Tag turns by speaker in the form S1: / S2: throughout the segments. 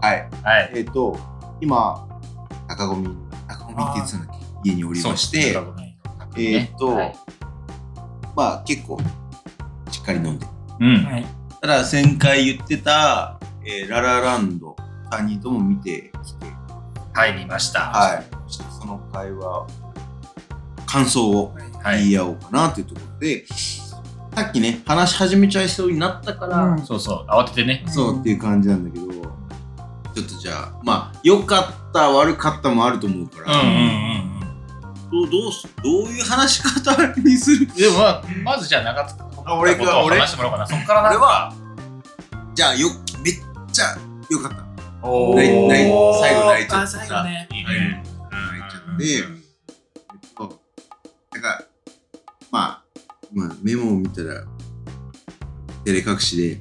S1: はい。
S2: えっ、と、今、中込み、
S3: 中込みって言ってたんだっけ家におりまして、
S1: そうですね
S2: えっ、と、
S1: はい
S2: まあ結構、しっかり飲んで。
S1: うん。
S3: はい、
S2: ただ、前回言ってた、えーララランド、3人とも見てきて、
S1: はい、見ました。
S2: はい。ちょっとその会話、感想を
S1: はい。
S2: 言い合おうかなというところで、さっきね、話し始めちゃいそうになったから、
S3: うん
S1: そうそう、慌ててね。
S2: そうっていう感じなんだけど、ちょっとじゃあ、まあ、良かった、悪かったもあると思うか
S1: うんうん
S2: ら、
S1: うんうん。
S2: どうどうしどういう話し方にする
S1: でも、まあ、まずじゃあ中塚君のことを
S2: 俺か俺
S1: 話してもらおうかな。そっからな
S2: 俺は、じゃあよ、めっちゃ良かった。
S1: お
S2: 泣い泣い
S1: ー
S2: 最後泣いちゃった
S3: あ最後ね。
S1: いい
S2: 泣い
S1: ね。
S2: ちゃって、えっと、なんか、まあ、まあ、メモを見たら、照れ隠しで、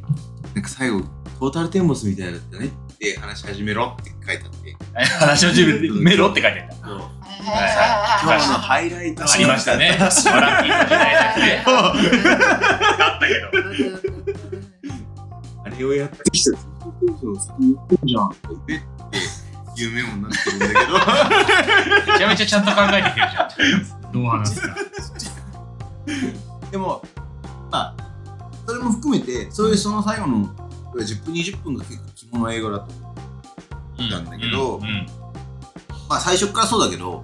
S2: なんか最後、トータルテンボスみたいだったねって話し始めろって書いてあって、
S1: 話の自分でメロって書いてあった。
S2: 今
S1: はい
S2: 日のハイライト
S1: ありましたね。バランキーの時代だけね。あったけど。
S2: あれをやってきたトータルテンボス先に言ってんじゃんえっていうメモになってるんだけど、
S1: めちゃめちゃちゃんと考えてきてるじゃん。どう話すか。
S2: でも、まあ、それも含めて、そういうその最後の10分、20分が結構肝の映画だと思う。なんだけど
S1: うんうん
S2: まあ、最初からそうだけど、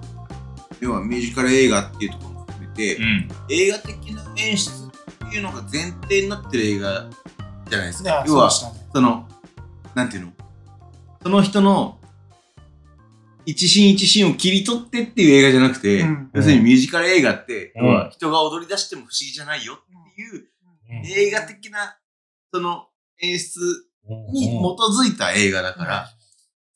S2: 要はミュージカル映画っていうところも含めて、
S1: うん。
S2: 映画的な演出っていうのが前提になってる映画じゃないです
S3: ね
S2: か。要は、
S3: そうでし
S2: その、なんていうのその人の一シーン一シーンを切り取ってっていう映画じゃなくて、
S3: うん
S2: 要するにミュージカル映画って、
S1: うん
S2: 要は人が踊り出しても不思議じゃないよっていう、映画的な、その演出に基づいた映画だから、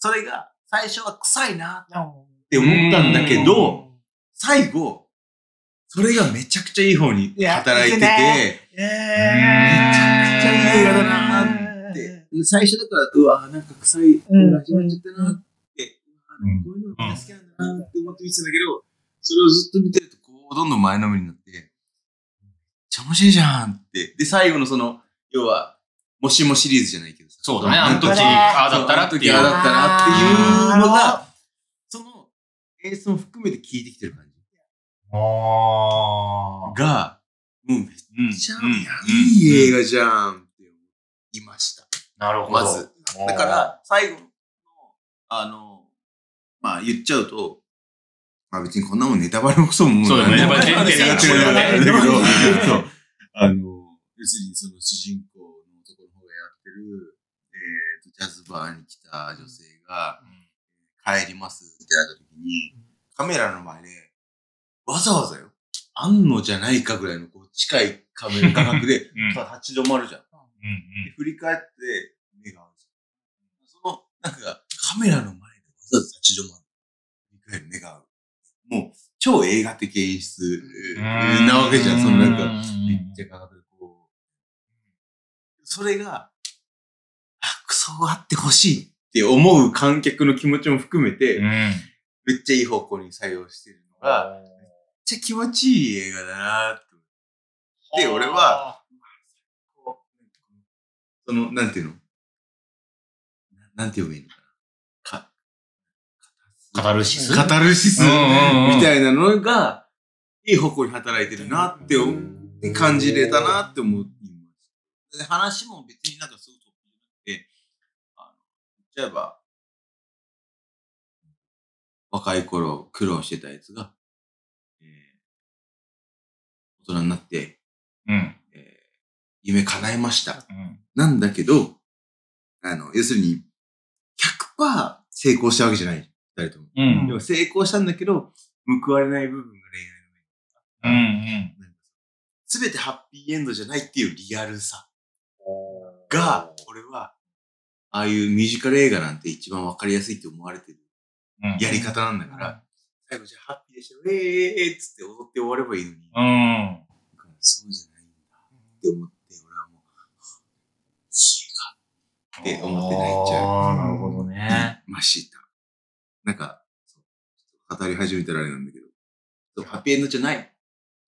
S2: それが最初は臭いな
S3: たね
S2: って思ったんだけ
S1: う
S2: ど、最後、それがめちゃくちゃいい方
S3: い
S2: に
S3: や
S2: 働い
S3: い
S2: てて、
S3: いねえ
S1: めち
S2: めちゃくちゃいい映画だなーって、最初だから、うわーなんか臭い、
S3: うん
S2: 始まっちゃったなーって、
S1: うん
S2: こういうのが好きなんだなーって思って見てたんだけど、それをずっと見てると、こう、どんどん前のめりになって、めっちゃ面白いじゃんって。で、最後のその、要は、もしもシリーズじゃないけどさ
S1: そうだね。あ
S2: なん
S1: の
S2: と
S1: 時、
S2: か
S3: ね
S1: ああだったらってい
S2: あ
S1: う。
S2: あだったらっていうの
S3: あ
S2: が、その演出も含めて聞いてきてる感じ
S1: あ
S2: が、もうめっ
S1: うんうん
S2: ちゃいい映画じゃんって思いました。
S1: なるほど。
S2: まず。だか、ら、最後の、あの、まあ言っちゃうと、まあ別にこんなもんネタバレもクソもも
S1: そうだね
S2: なんか
S1: ネタ
S2: なん
S1: バレ
S2: か
S1: 全然
S2: なんか
S1: 違うよね
S2: だけど
S1: うん
S2: そうあの、要するにその主人公の男の方がやってる、えっ、と、ジャズバーに来た女性が、帰りますってなった時に、カメラの前で、わざわざよ、あんのじゃないかぐらいのこう近いカメラ価格で、
S1: うん
S2: ただ立ち止まるじゃん。
S1: うんうん
S2: で振り返って、目が合うじゃん。その、なんか、カメラの前でわざわざ立ち止まる。振り返る、目が合う。もう、超映画的演出
S1: う
S2: え
S1: ん
S2: ーなわけじゃん、そのなんか、めっち
S1: う
S2: ゃ価格でこう。それが、あ、クソあってほしいって思う観客の気持ちも含めて、
S1: ん。
S2: めっちゃいい方向に作用してるのが、めっちゃ気持ちいい映画だなって。で俺は、その、なんていうのななんて読めばいいのかなか、
S1: カタルシス。
S2: カタルシス
S1: うんうんうん
S2: みたいなのが、いい方向に働いてるなって思う感じれたなって思います。で話も別になんかすごく飛びなくて、あの、言っちゃえば、若い頃苦労してたやつが、えー大人になって、
S1: うん。
S2: えー夢叶えました。
S1: うん
S2: なんだけど、あの、要するに、100%成功したわけじゃない。誰とも。
S1: うん。うん
S2: 要は成功したんだけど、報われない部分が恋愛の面
S1: うん。
S2: すべてハッピーエンドじゃないっていうリアルさが、俺は、ああいうミュージカル映画なんて一番わかりやすいって思われてる
S1: うん
S2: やり方なんだから、最後じゃあハッピーでしょ、えー、えー、えーっつって踊って終わればいいのに、
S1: うん。
S2: そうじゃないんだって思って、俺はもう、違うって思って泣いちゃう。
S1: あーなるほどね。
S2: ました。なんか、そう語り始めたらあれなんだけど、そうハッピーエンドじゃない、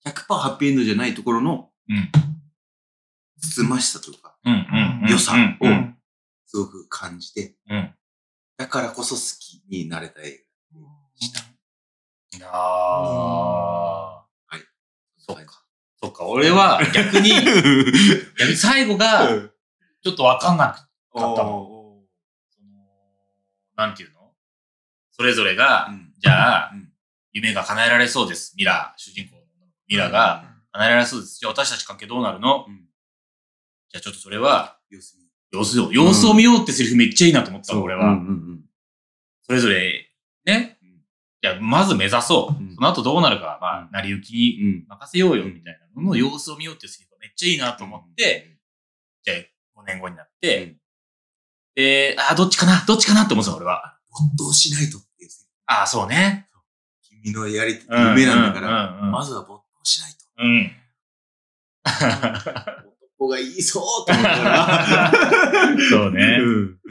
S2: 100%ハッピーエンドじゃないところの、
S1: うん
S2: つつましさとか、
S1: うんうんうん。
S2: 良さを
S1: うん
S2: すごく感じて、
S1: うん
S2: だからこそ好きになれた映うん
S1: ああ。
S2: はい。
S1: そっか。そっか。俺は逆に、逆に最後
S2: 画。
S1: が
S2: ん。
S1: ちょっとわかんなくて、買った
S2: お
S1: その、なんていうのそれぞれが、
S2: ーうん
S1: じゃあ
S2: うん
S1: 夢が叶えられそうです。ミラ、主人公のミラが叶えられそうです。じゃあ私たち関係どうなるの
S2: うん
S1: じゃあちょっとそれは、
S2: 様子見
S1: 様子を、様子を見ようってセリフめっちゃいいなと思ったの、俺
S2: うん
S1: は。
S2: うん
S1: それぞれ、ね
S2: うん。
S1: じゃあまず目指そ
S2: う
S1: う。
S2: ん
S1: その後どうなるか、ま
S2: う
S1: あ、
S2: ん
S1: 成り行きに
S2: うん。
S1: 任せようよ、
S2: うん
S1: みたいなのの様子を見ようってセリフがめっちゃいいなと思って、、じゃあ5年後になって、
S2: うん
S1: で、ああ、どっちかなどっちかなって思ってたの、俺は。
S2: 没頭しないとっていう、
S1: ああ、そうね。
S2: 君のやり、
S1: うん
S2: 夢なんだから、
S1: うんうん
S2: まずは没頭しないと。
S1: うん。うん。
S2: 男がいいそうと思ったら。
S1: そうね。
S2: うん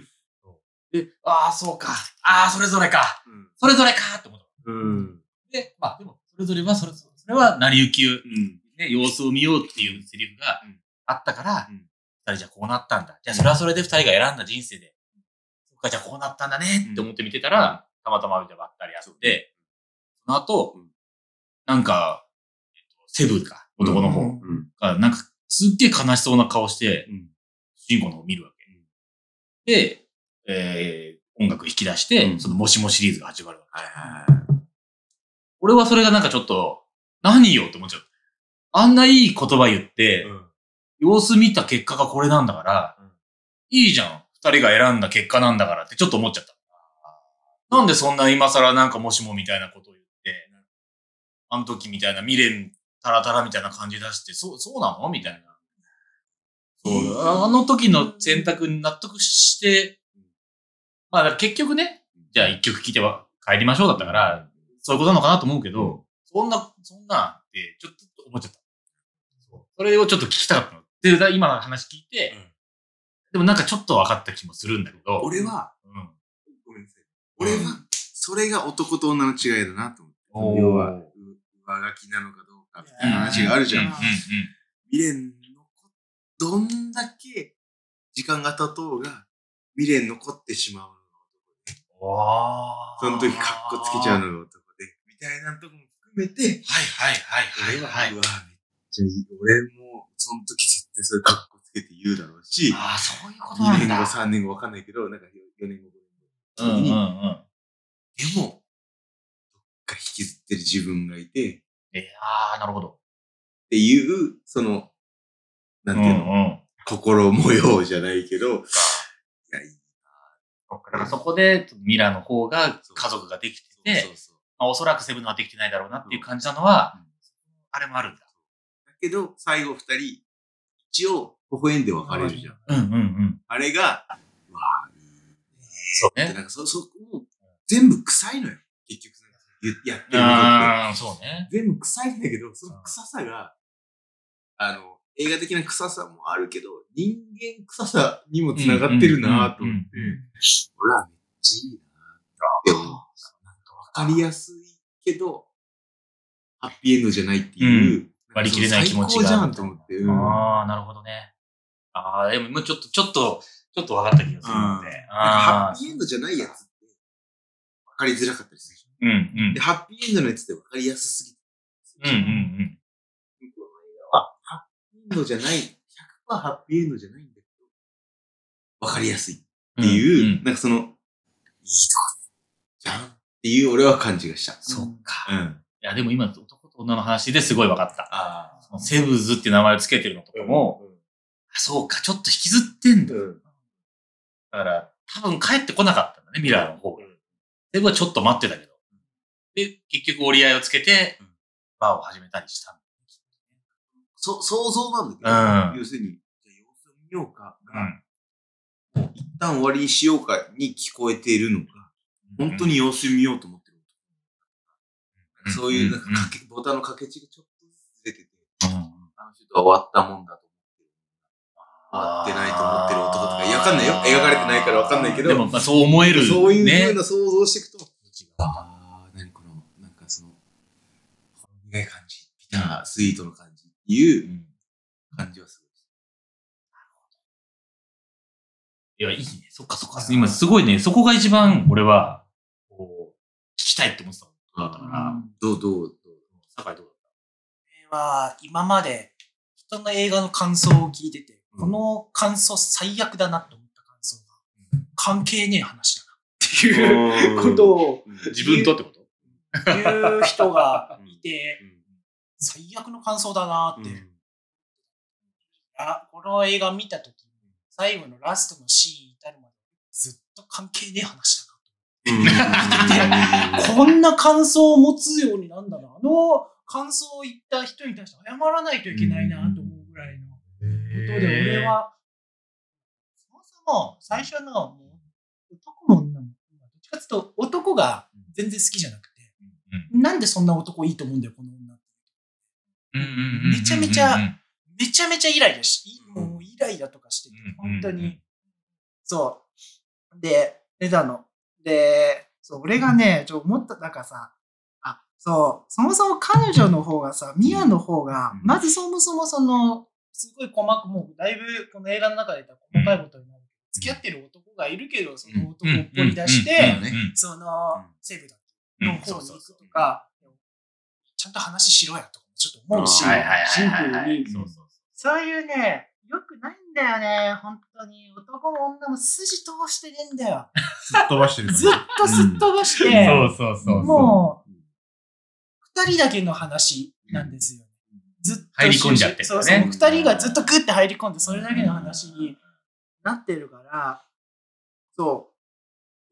S1: で、ああ、そうか。ああ、それぞれか。それぞれかって思った。
S2: うん。
S1: で、まあ、でも、それぞれは、それぞれ、それは、成り行きを、
S2: うん。
S1: ね、様子を見ようっていうセリフが
S2: うん
S1: あったから、
S2: うん
S1: 二人じゃこうなったんだ。じゃあ、それはそれで二人が選んだ人生で、そっか、じゃあこうなったんだねって思って見てたら、たまたま見てばったりやって、その後、
S2: うん
S1: なんか、えっとセブか、男の方
S3: うん
S2: うん。
S1: が、なんか、すっげえ悲しそうな顔して、
S2: うん
S1: 主人公の方を見るわけ。で、えー、音楽引き出して、
S2: うん
S1: そのもしもシリーズが始まるわけ。
S2: はいはいはい。
S1: 俺はそれがなんかちょっと、何よって思っちゃう。あんないい言葉言って、様子見た結果がこれなんだから、
S2: うん
S1: いいじゃん。二人が選んだ結果なんだからってちょっと思っちゃった。なんでそんな今更なんかもしもみたいなことを言って、あの時みたいな未練タラタラみたいな感じ出して、そう、そうなのみたいな。そう、あの時の選択に納得して、まあだから結局ね、じゃあ一曲聴いては帰りましょうだったから、そういうことなのかなと思うけど、そんな、そんなってちょっと思っちゃった。そうそれをちょっと聞きたかったの。で、だ今の話聞いて、
S2: うん
S1: でもなんかちょっと分かった気もするんだけど、
S2: 俺は、
S1: うん、
S2: ごめんなさい。俺は、それが男と女の違いだなと思
S1: お
S2: っ
S1: ー
S2: て。要は、う上書きなのかどうかみたいな話があるじゃ
S1: うんん。
S2: 未練のこ、どんだけ時間が経とうが、未練残ってしまうのが
S1: そ
S2: 男。その時カッコつけちゃうのが男で、みたいなとこも含めて、
S1: はいはいはい
S2: 俺は、
S1: はい、
S2: うわ、
S1: はい。
S2: めっちゃいい。俺も、その時絶対それカッコつけて言うだろうし、
S1: ああ、そういうこと
S2: 2
S1: なん
S2: 年後、
S1: だ。
S2: 3年後わかんないけど、なんか4年後、5
S1: うん
S2: 年後
S1: うんう。
S2: でも、どっ
S1: ん。
S2: か引きずってる自分がいて、っ
S1: えー、ああ、なるほど。
S2: ていう、その、なんていうの、
S1: うん。
S2: 心模様じゃないけど、いや、いい
S1: そっかだからそこで、ミラの方が家族ができてて、
S2: そうそうそう。
S1: まあ、おそらくセブンはできてないだろうなっていう感じなのは、
S2: うん
S1: あれもあるんだ。
S2: だけど、最後二人、一応、微笑んで別れるじゃん。
S1: うんうんうん。
S2: あれが、うわあ、いいね
S1: そう
S2: で
S1: ね。
S2: なんかそ、そこも、全部臭いのよ。結局、なんか言やってることって。
S1: ああ、そうね。
S2: 全部臭いんだけど、その臭さが、あの、映画的な臭さもあるけど、人間臭さにも繋がってるなぁと思って、
S1: うんうんうんうん
S2: 俺はめっちゃいいなぁって思った。なんかわかりやすいけど、ハッピーエンドじゃないっていう、
S1: 割り切れない気持ち
S2: 最
S1: が
S2: 高じゃんと思って。うん
S1: ああ、なるほどね。ああ、でももうちょっと、ちょっと、ちょっと分かった気がするので。
S2: うん
S1: あ
S2: ハ
S1: あ
S2: ッ、ピーエンドじゃないやつって、分かりづらかったりするじ
S1: うんう
S2: ゃん。
S1: ん
S2: で、。ハッピーエンドのやつって分かりやすすぎて。
S1: うんうんうん。
S2: この映画は、ハッピーエンドじゃない、100%ハッピーエンドじゃないんだけど、分かりやすいって
S1: って
S2: いう、
S1: んん
S2: なんかその、いいとこじゃんっていう俺は感じがした。
S1: そっか。
S2: う
S1: い
S2: ん。
S1: や、でも今、男と女の話ですごい分かった。
S2: ああ。
S1: セブズっていう名前をつけてるのとかも、あそうか、ちょっと引きずってんだ。
S2: うん。
S1: だから、多分帰ってこなかったんだね、ミラーの方が。
S2: うん
S1: セブはちょっと待ってたけど。で、結局折り合いをつけて
S2: うん、
S1: バーを始めたりしたんだ。
S2: そ、想像なんだけど、
S1: うん
S2: 要するに、じゃあ様子を見ようか
S1: う
S2: が、
S1: ん
S2: 一旦終わりにしようかに聞こえているのか、本当に様子見ようと思ってる。
S1: ん
S2: そういう、なんかかけ、ボタンの掛け違いがちょっとずつ出てて、
S1: うんうん
S2: あの人は終わったもんだと思ってる。終わってないと思ってる男とか、いや、わかんないよ。描かれてないからわかんないけど、
S1: でも、まあ、そう思える、ね。
S2: そういうふうな想像をしていくと、ああ、何この、なんかその、ほろ苦い感じ、ビター、スイートの感じっていう
S1: うん
S2: 感じはする。
S1: いや、いいね。そっかそっか。今すごいね、そこが一番俺は、こう、聞きたいって思ってたことだったから、
S2: どう、どう、どう。
S1: 酒井どうだっ
S4: 俺は、今まで人の映画の感想を聞いてて、
S1: うん
S4: この感想最悪だなって思った感想が、関係ねえ話だなっていうことを
S1: た自分とってこと
S4: 言う人がいて、
S1: うん
S4: 最悪の感想だなって。
S1: うん
S4: あこの映画見たとき、最後のラストのシーンに至るまで、ずっと関係ねえ話だな。こんな感想を持つようになんだな。あの感想を言った人に対して謝らないといけないなと思うぐらいのことで、俺は、そもそも最初のもう男も女も、どっちかっていうと男が全然好きじゃなくて、なんでそんな男いいと思うんだよ、この女。
S1: うんうんうんうん
S4: めちゃめちゃ
S1: うんうん
S4: めちゃめちゃイライラし、もうイライラとかしてて
S1: うん、
S4: 本当
S1: うんうん
S4: に。そう。で、出たの。で、そう、俺がね、ちょ、思った、なんかさ、あ、そう、そもそも彼女の方がさ、ミアの方が
S1: うん、
S4: まずそもそもその、すごい細かく、もうだいぶこの映画の中で言ったら細かいことになる。付き合ってる男がいるけど、その男を掘り出して、
S1: うんうん
S4: その
S2: ん、
S4: セブだ
S1: うん
S4: の方に行くとか、ちゃんと話しろやとか、ちょっと思うし、
S2: うんはい
S4: シンプルに
S1: そうそう
S4: そういうね、よくないんだよね、本当に。男も女も筋通してねえんだよ。
S5: っ飛ばしてるのに
S4: ずっとすっ飛ばして、
S1: そうそう
S2: そう
S4: もう、二人だけの話なんですよ。ずっと
S1: 入り込んじゃってるね
S4: そうそう、二人がずっとグッて入り込んで、それだけの話になってるから、そ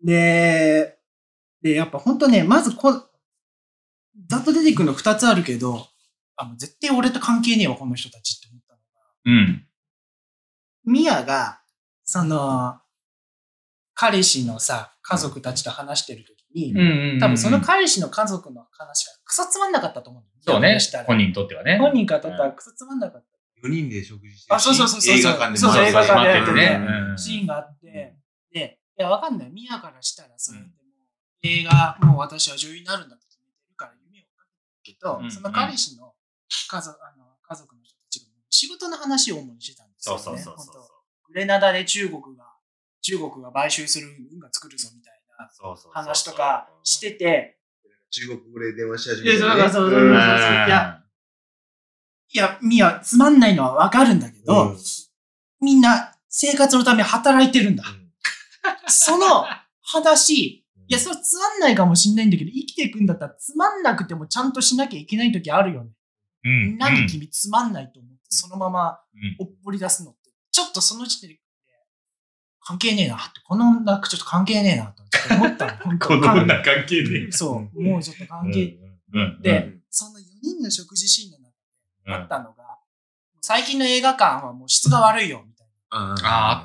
S4: う。で、で、やっぱ本当ね、まずこ、ざっと出てくるの二つあるけど、あの、絶対俺と関係ねえわ、この人たちって思ったの。
S1: うん。
S4: ミアが、その、彼氏のさ、家族たちと話してるときに、
S1: うんうんうん。
S4: 多分その彼氏の家族の話がクソつまんなかったと思うんだよ。
S1: そう
S4: ミア
S1: ね
S4: にしたら。。
S1: 本人にとってはね。
S4: 本人からとったらクソつまんなかっ
S2: 4人で食事して
S4: た。
S2: る
S4: あ、そうそうそうそう。
S2: 映画館で
S4: そうそう、映画館でやっ
S1: 待
S4: て
S1: って
S4: ね
S1: るね。うん
S4: シーンがあって、で、いや、わかんない。ミアからしたら、そうやってもう、映画、もう私は女優になるんだって決めてるから夢を追っかけてるけど、
S1: うん
S4: その彼氏の家族、あの、家族の人たちが仕事の話を主にしてたんですよ、
S1: そ
S4: ね。
S1: うそうそうそう
S4: 本当。グレナダで中国が、中国が買収する運が作るぞみたいな
S1: そうそうそう
S4: 話とかしてて、
S2: 中国語で電話し始
S4: いや、そうそうそうそうそう
S1: ん
S4: う。いや、いや、ミア、つまんないのはわかるんだけど、みんな生活のため働いてるんだ。その話、いや、それつまんないかもしんないんだけど、生きていくんだったらつまんなくてもちゃんとしなきゃいけない時あるよね。
S1: うん。
S4: 何君つまんないと思って、そのまま
S1: うん
S4: おっぽり出すのって、ちょっとその時点で、関係ねえなって、この女ちょっと関係ねえなってちょっと思ったの。本当
S1: この女関係ねえ。
S4: そう、もうちょっと関係。
S1: うんうん。
S4: で、その4人の食事シーンの中
S1: うん、
S4: だ
S1: あ
S4: ったのが、最近の映画館はもう質が悪いよ、みたい
S1: あ、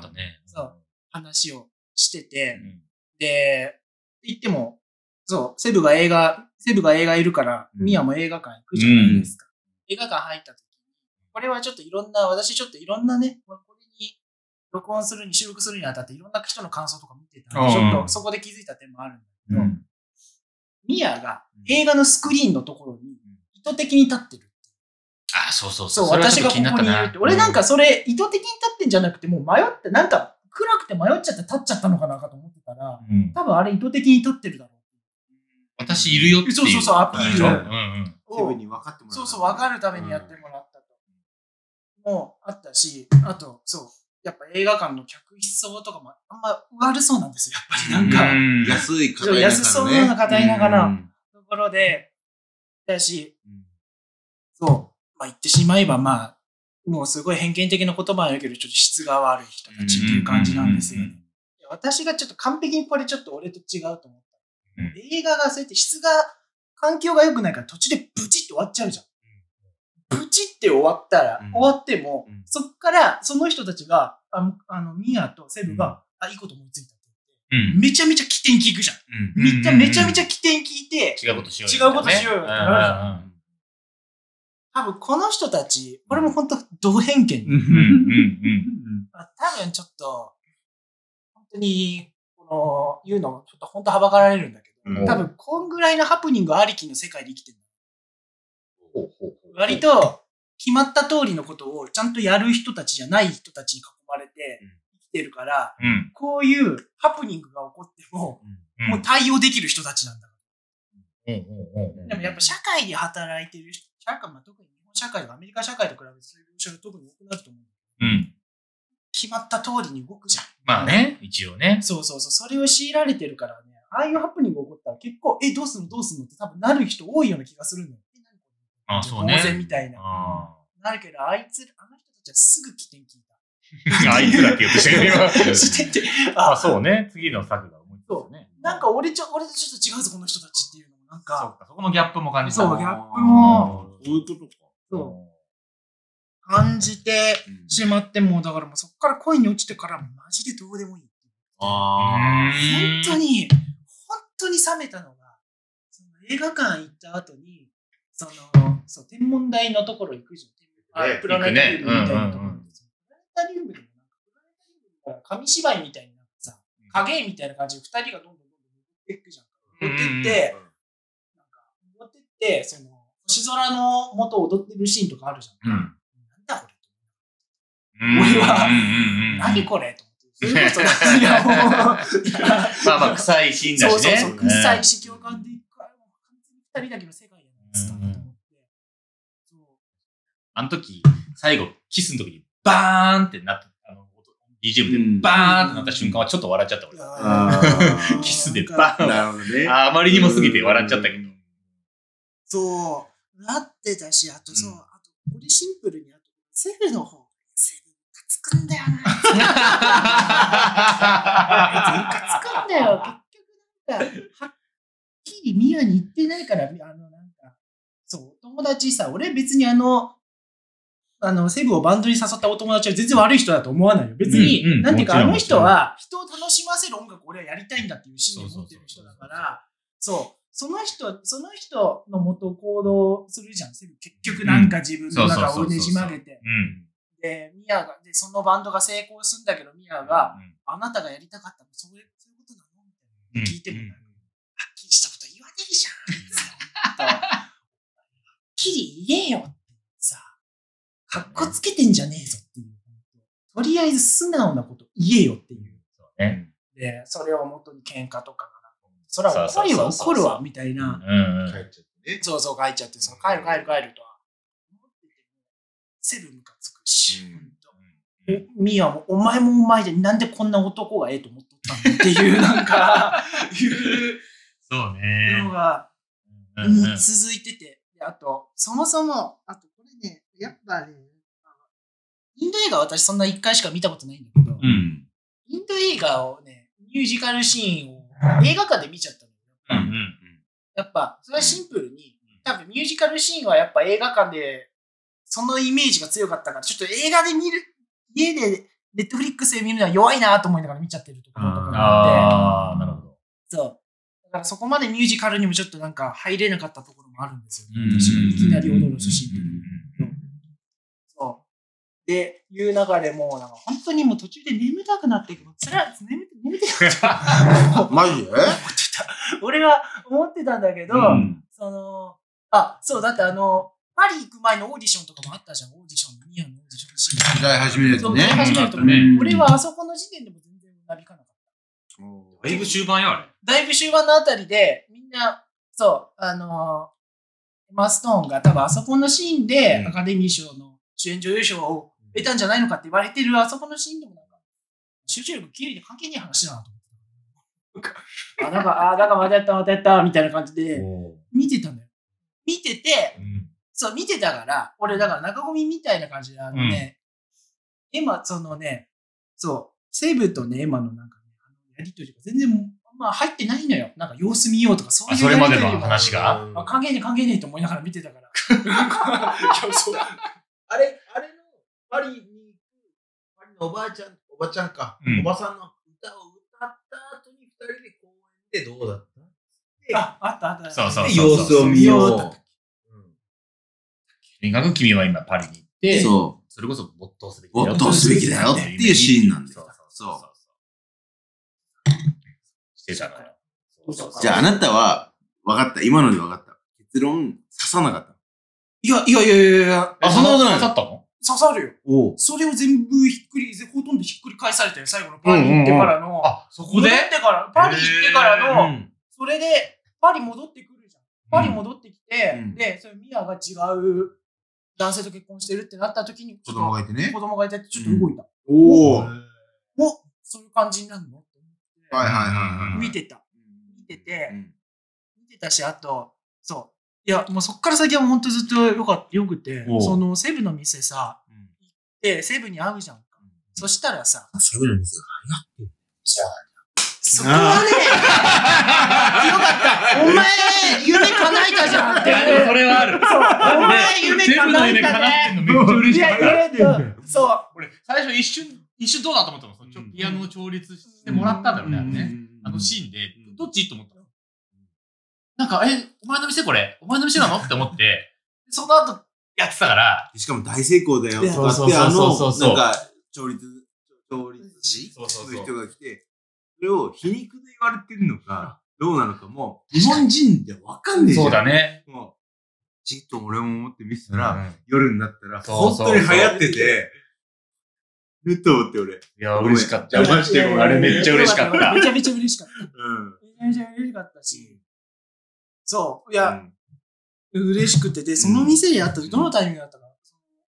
S1: あったね。
S4: そうな話をしてて、
S1: うん。
S4: で、言っても、そう、セブが映画、セブが映画いるから、
S2: うん
S4: ミアも映画館行くじゃないですか。映画館入った時に、これはちょっといろんな、私ちょっといろんなね、これに録音するに、収録するにあたっていろんな人の感想とか見てたんで、ち
S1: うん
S4: ょっとそこで気づいた点もあるんだけ
S1: う
S4: ど、
S1: ん。
S4: ミアが映画のスクリーンのところに意図的に立ってる。
S1: ああ、そうそう
S4: そう、
S1: れはち
S4: 私
S1: ょ
S4: が
S1: っ
S4: ことこ
S1: 気
S4: にい
S1: なった
S4: るって。俺なんかそれ意図的に立ってんじゃなくて、もう迷って、なんか暗くて迷っちゃって立っちゃったのかなかと思ってたら、
S1: うん
S4: 多分あれ意図的に立ってるだろう。
S1: 私いるよっていう。
S4: そうそうそうアピール
S1: うんうん。
S2: セブンに分かってもら
S4: そうそう、分か
S2: る。
S4: るためにやってもらったと。もうあったし、あと、そう、やっぱ映画館の客室層とかもあんま悪そうなんですよ、やっぱりなんか。
S1: ん
S2: 安い
S4: そう安そうな硬いながら、ところで、だし、そう、まあ言ってしまえばまあ、もうすごい偏見的な言葉は言うけど、ちょっと質が悪い人たちっていう感じなんですよね。で私がちょっと完璧にこれちょっと俺と違うと思った。
S1: うん
S4: 映画がそうやって質が、環境が良くないから途中でブチって終わっちゃうじゃん。ブチって終わったら、
S2: うん
S4: 終わっても、
S2: うん
S4: そっからその人たちが、あの、あのミアとセブが、あ、いいこと思いついたって
S1: う
S4: 言って、
S1: ん。
S4: めちゃめちゃ起点聞くじゃん。
S1: うん
S4: めちゃめちゃめちゃ起点聞いて、
S1: 違うことしよう
S4: 違うことしようよってな多分この人たち、これも本当、同偏見。
S1: うんうんうん
S4: まあ多分ちょっと、本当に、この、言うのもちょっと本当はばかられるんだけど、
S1: うん
S4: 多分こんぐらいのハプニングありきの世界で生きてる。割
S2: と、
S4: と、決まった通りのことをちゃんとやる人たちじゃない人たちに囲まれて
S2: うん、
S4: 生きてるから、
S1: うん。
S4: こういうハプニングが起こっても、
S1: うん
S4: もう対応できる人たちなんだか
S1: うんうんうんうん
S4: ら。でもやっぱ社会で働いてる人、社会、まあ、特に日本社会はアメリカ社会と比べてそういう業者が特に多くなると思う。
S1: うん。
S4: 決まった通りに動くじゃん。
S1: まあね、一応ね。
S4: そうそうそう、それを強いられてるからね、ああいうハプニング起こったら結構、え、どうすんのどうすんのって多分なる人多いような気がするのよ。え何これ
S1: あそうね
S4: 当。然みたいな。
S1: あ
S4: なるけど、あいつ、あの人たちはすぐ起点聞いた。
S1: ーあいつらって言ってしたけど、今
S4: してて、
S1: あ、
S4: あ、
S1: そうね。次の策が思いつくね。
S4: なんか俺ちょ俺とちょっと違うぞ、この人たちっていうのも、なん
S1: そ
S4: か、
S1: っか、そこのギャップも感じた。
S4: そうギャップも
S1: そういうことか。
S4: そ感じて
S2: うん
S4: しまって、もうだからもうそこから恋に落ちてから、マジでどうでもいい。
S2: あー
S4: 本当に、本当に冷めたのが、その映画館行った後に、その、そう、天文台のところ行くじゃん。
S1: ね
S4: あプラネタリウムみたいな
S1: 行くねう
S4: とこ
S1: んうんう
S4: ろ
S1: ん。
S4: プラネタリウムでもなんか、プラネタリウムから紙芝居みたいになってさ、影絵みたいな感じで二人がどんどんどんどん持っていくじゃん。
S1: うん
S4: 持ってって、なんか、持ってって、その、星空の元を踊ってるシーンとかあるじゃん。
S1: うん
S4: なんだこれ
S1: うん
S4: 俺は
S1: うんうんうん
S4: 何これ と思って。それこそ、いやもう、
S1: まあまあ、臭いシーンだ
S4: そう
S1: し
S4: そ
S1: ね。
S4: うそう、臭いし共感でいくから、もう完全に二人だけの世界じゃないですか、と思って。そう
S1: あの時、最後、キスの時にバーンってなった、あの、音 BGM でバーンってなった瞬間はちょっと笑っちゃった俺。
S2: あー
S1: キスでバーン。
S2: なるほどね。
S1: ああまりにも過ぎて笑っちゃったけど。
S4: そう、なってたし、あとそう、
S1: うん
S4: あと、これシンプルに、あと、セフの方、セフムカつくんだよな。あいつムカつくんだよ。結局、なんか、はっきりミアに言ってないから、あの、なんか、そう、お友達さ、俺別にあの、あの、セブをバンドに誘ったお友達は全然悪い人だと思わないよ。別に、
S1: うんうん
S4: なんていうか、
S1: もち
S4: あ
S1: ろん
S4: の人は人を楽しませる音楽を俺はやりたいんだっていう信念を持ってる人だから、そう。その人、その人のもと行動するじゃん。セブ結局なんか自分の中をねじ曲げて。
S1: うん。
S4: で、ミアが、で、そのバンドが成功するんだけど、ミアが、あなたがやりたかったの、そういうそういうことなの
S1: う
S4: みたい
S1: ん、
S4: な。聞いても
S1: うん
S4: なんか、はっきりしたこと言わねえじゃん。はっきり言えよってさ、かっこつけてんじゃねえぞっていう。とりあえず素直なこと言えよっていう。
S1: そうね。
S4: で、それをもとに喧嘩とかがなくそれは怒るわ、
S1: そうそ
S4: 怒
S1: うそうそう
S4: るわ、みたいな。
S1: うんうん。
S2: 帰っちゃってね。
S4: そうそう、帰っちゃって、その帰る帰る帰るとは。思っててもセブムカつくし、
S2: うん
S4: ほんと
S1: うん
S4: おミアも、お前もお前で、なんでこんな男がええと思っとったのっていう、なんか、い
S1: そう
S4: うの
S1: ね。
S4: が、
S1: うん
S4: う
S1: うんん
S4: 続いてて。であと、そもそも、あとこれね、やっぱね、あのインド映画は私そんな1回しか見たことないんだけど、
S1: うん。
S4: インド映画をね、ミュージカルシーンを映画館で見ちゃったのよ。
S1: うんうん。
S4: やっぱ、それはシンプルに、多分ミュージカルシーンはやっぱ映画館で、そのイメージが強かったから、ちょっと映画で見る、家で、ネットフリックスで見るのは弱いなと思いながら見ちゃってるところとかがあって、
S1: ああ、なるほど。
S4: そう。だからそこまでミュージカルにもちょっとなんか入れなかったところもあるんですよ
S1: うんうんうん
S4: ね。私はいきなり驚くシーン
S1: う
S4: と
S1: ん
S4: かそう。で、いう中でもう、なんか本当にもう途中で眠たくなっていく。つら、眠て、眠てくなっちゃう
S2: マジで
S4: 思ってた。俺は思ってたんだけど、
S1: うん
S4: その、あ、そう、だってあの、パリ行く前のオーディションとかもあったじゃん、オーディションの、ミアのオーディションのシーン。
S2: 歌い始めるやつ
S4: そう、
S2: ね。
S4: 始めるとこ
S1: うんあったね
S4: 俺はあそこの時点でも全然なびかなかっ
S1: だいぶ終盤よ、あれ。
S4: た。だいぶ終盤のあたりで、みんな、そう、あのー、マストーンが多分あそこのシーンで、
S1: うん
S4: アカデミー賞の主演女優賞を得たんじゃないのかって言われてるあそこのシーンでもなんか、集中力切れて関係ない話だなと思って。あ、なんか、あ、なんかまたやった、またやった、みたいな感じで、見てたのよ。見てて、
S1: うん
S4: そう、見てたから、俺、だから中込みみたいな感じで、あのね、エマ、そのね、そう、セブとね、エマのなんかね、あのやりとりが全然、まあ入ってないのよ。なんか様子見ようとか、そう
S1: あ、
S4: いう
S1: それまで
S4: やり
S1: の
S4: とりが
S1: 話が
S2: うん
S4: まあ、関係ねえ関係ねえと思いながら見てたから。いやそう
S2: あれ、あれの、パリに行く、パリのおばあちゃん、おばちゃんか、
S1: うん
S2: おばさんの歌を歌った後に二人で公園でどうだった
S4: あ、あったあった。
S1: そうそう
S2: で
S1: そう
S2: 様
S1: そう
S2: 子を見よう
S4: 見よう
S2: と。
S1: とにかく君は今パリに行って、
S2: そ
S1: それこそ没頭すべき
S2: 没頭すべきだよっていうシーンなんだよ
S1: そうそう
S2: そう
S1: してたから。
S2: う。じゃああなたは、分かった。今ので分かった。結論、刺さなかった。
S4: いや、いやいやいやいや、
S2: あそんなことない
S1: 刺さったの
S4: 刺さるよ。
S2: おう
S4: それを全部ひっくり、ほとんどひっくり返されてる、最後のパリ行ってからの。
S1: あ、そこ
S4: 戻
S1: で
S4: ってから、パリ行ってからの、
S2: ん。
S4: それで、パリ戻ってくるじゃん。パリ戻ってきて、
S2: うん
S4: で、それミアが違う男性と結婚してるってなった時に、
S2: 子供がいてね。
S4: 子供がいて、ちょっと動いた。
S2: おお。はい
S4: おそういう感じになるのって思って
S2: はいはいはい。
S4: 見てた。見てて
S2: うん。
S4: 見てたし、あと、そう。いや、もうそっから先は本当ずっとよかよくて
S1: お、う
S4: そのセブの店さ、
S2: うん
S4: 行って、セブに会うじゃんか。そしたらさ、
S2: セブンの店が
S4: そこはね、よかった。お前、夢叶えたじゃんって。
S1: それはある。
S4: そうお前、夢
S1: 全部の
S4: 叶え
S1: 夢
S4: た
S1: 叶って
S4: ね。
S1: んのめっちゃ嬉し
S4: い
S1: か
S4: や、
S1: っ
S4: いや
S1: た。
S4: えっとそう。
S1: 俺、最初一瞬、一瞬どうだと思ったのそのちょ
S2: うん
S1: ピアノを調律してもらったんだろうねあれね。あの
S2: ン。
S1: シーンで
S2: うん、
S1: どっちと思ったのなんか、え、お前の店これお前の店なのって思って、その後やってたから、
S2: しかも大成功だよ。
S4: いや
S2: そう
S1: そ
S2: そうう
S1: そう
S2: あ
S1: そうそう
S2: の、なんか、調律、調律師
S1: そうそうそう
S2: の人が来て、それを皮肉で言われてるのか、どうなのかも、日本人じゃわかんねえじゃん。
S1: そうだ。ね。
S2: もう、ちっと俺も思って見てたら、夜になったら、
S1: そう
S2: 本
S1: そうそう
S2: 当に流行ってて、ルトーって俺。
S1: いや、
S2: 嬉
S1: 嬉
S2: し
S1: し
S2: か
S1: か
S2: っ
S1: ったた。
S2: 邪魔してごめん
S1: あれめっちゃ嬉しかっ
S4: いやいやい
S1: た。
S4: やめちゃめちゃ嬉しかった。
S2: うん。
S4: めちゃめちゃ嬉しかったし。そう。いや、
S2: う
S4: 嬉しくて、で、その店で会った時、どのタイミングだったかな。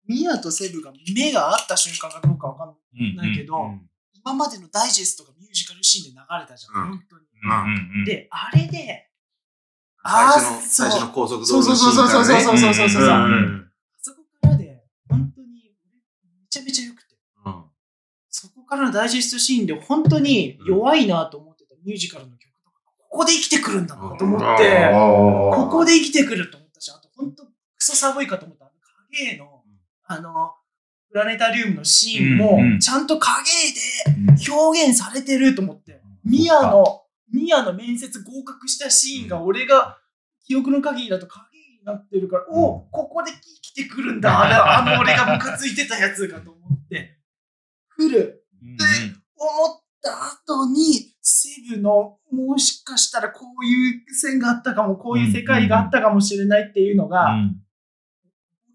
S4: ミアとセブが目が合った瞬間かどうかわかん
S1: うん
S4: ないけど、
S2: ん。
S4: 今までのダイジェストがミュージカルシーンで流れたじゃん。
S2: うん
S4: 本当に。
S1: うんうんうん、
S4: で、あれで、
S2: 最
S4: あー
S2: 初の、
S4: そう
S2: 最初の高速道路のシーンからね。
S4: そうそうそうそうそうそうそう
S1: うんうん
S2: ん
S4: あそこからで、本当に、めちゃめちゃ良くて。
S2: うん
S4: そこからのダイジェストシーンで、本当に弱いなと思ってたミュージカルの曲とか、ここで生きてくるんだなと思って、ここで生きてくると思ったし、あと本当、クソ寒いかと思った。あの影絵の、あの、プラネタリウムのシーンも
S1: うんう、ん
S4: ちゃんと影絵で表現されてると思って。ミアの、ミアの面接合格したシーンが、俺が記憶の限りだと影絵になってるから、おここで生きてくるんだ。あれあの俺がムカついてたやつかと思って。フル。
S1: うん
S4: 思った後に、セブの、もしかしたらこういう線があったかも、こういう世界があったかもしれないっていうのが、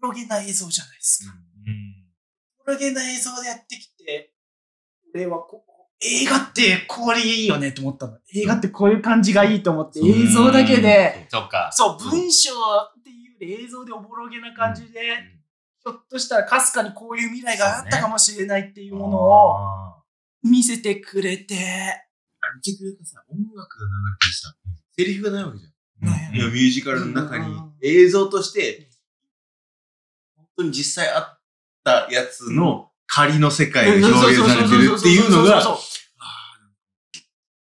S4: おぼろげな映像じゃないですか。おぼろげな映像でやってきて、俺はこう、映画ってこれいいよねと思ったの。映画ってこういう感じがいいと思って、映像だけで、
S1: そっか。
S4: そう、文章っていうより映像でおぼろげな感じで、ひょっとしたらかすかにこういう未来があったかもしれないっていうものを見せてくれて、
S2: あの曲がさ、音楽が流れてさ、セリフがないわけじゃん。
S1: うん
S2: いや、ミュージカルの中に
S4: うん
S2: 映像として、本当に実際あったやつの仮の世界が表現されてるっていうのが、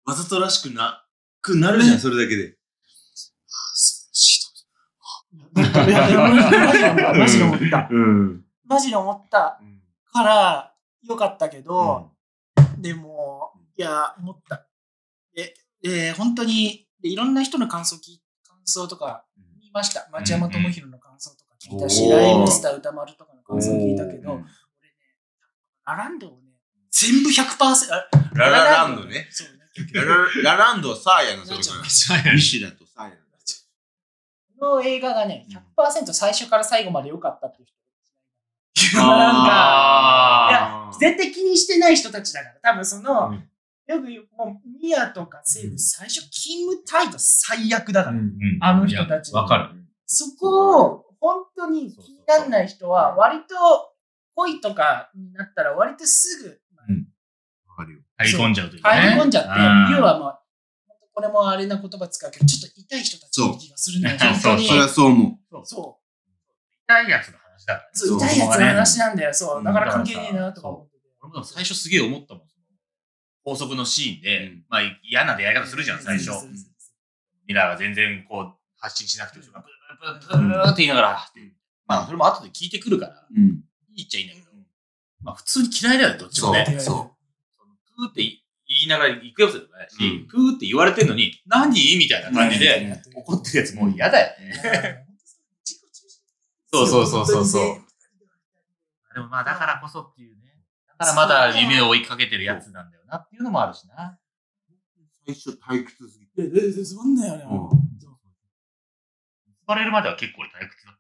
S2: わざとらしくな、くなるじゃん、それだけで。素晴らしい
S4: いやでもマジで思った。
S2: と思う。うん。
S4: マジで思ったから、よかったけど、でも、いや、思った。で、で本当にで、いろんな人の感想き感想とか見ました。町山智博の感想とか聞いたし、
S2: おー
S4: ライムスター歌丸とかの感想聞いたけど、俺ね、ラランドをね、全部100%、あ
S2: ララランドね。。
S4: そうね。
S2: ラララランドはサーヤのそれか
S4: なっ
S2: ら。ミシュラとサーヤの。
S4: この映画がね、100%最初から最後まで良かったっていう人。なん
S2: あ
S4: か、
S2: ー
S4: 絶対気にしてない人たちだから、多分その、
S2: うん
S4: よく言う、もう、ミアとかセブ、最初、勤務態度最悪だから、
S1: うん
S4: あの人たち
S1: いやわかる。
S4: そこを、本当に気にならない人は、割と、恋とかになったら、割とすぐ、
S2: わかるよ。
S1: 入り込んじゃうというかね。
S4: 入り込んじゃって、
S1: うん
S4: 要はまあ、本当これもあれな言葉使うけど、ちょっと痛い人たちの気がする ね、
S1: そう
S4: 本当に。
S2: そりゃそう思う。
S4: そ
S1: 痛いやつの話だからね。
S4: うそう。痛いやつの話なんだよ、そう。だから関係ねえな、とか思ってて。
S1: 俺も最初すげえ思ったもん。高速のシーンで、
S2: うん
S1: まあ嫌な出会い方するじゃん、最初。
S4: そうそうそう
S1: ミラーが全然こう発信しなくて、後ろがブーブーブーブーって言いながら、まあそれも後で聞いてくるから、
S2: うん。
S1: いいっちゃいいんだけど、まあ普通に嫌いだよ、どっちもね。
S4: そう
S2: そ
S1: プーって言いながら行くやつでもないし、
S2: うん
S1: プーって言われてんのに、何みたいな感じで、怒ってるやつもう嫌だよね。そうそうそうそうそうでもまあだからこそっていうね。だからまだ夢を追いかけてるやつなんだよなっていうのもあるしな。
S2: う。最初退屈すぎて。
S4: え、え、えそんなよね。
S2: うん
S1: バレるまでは結構退屈だっ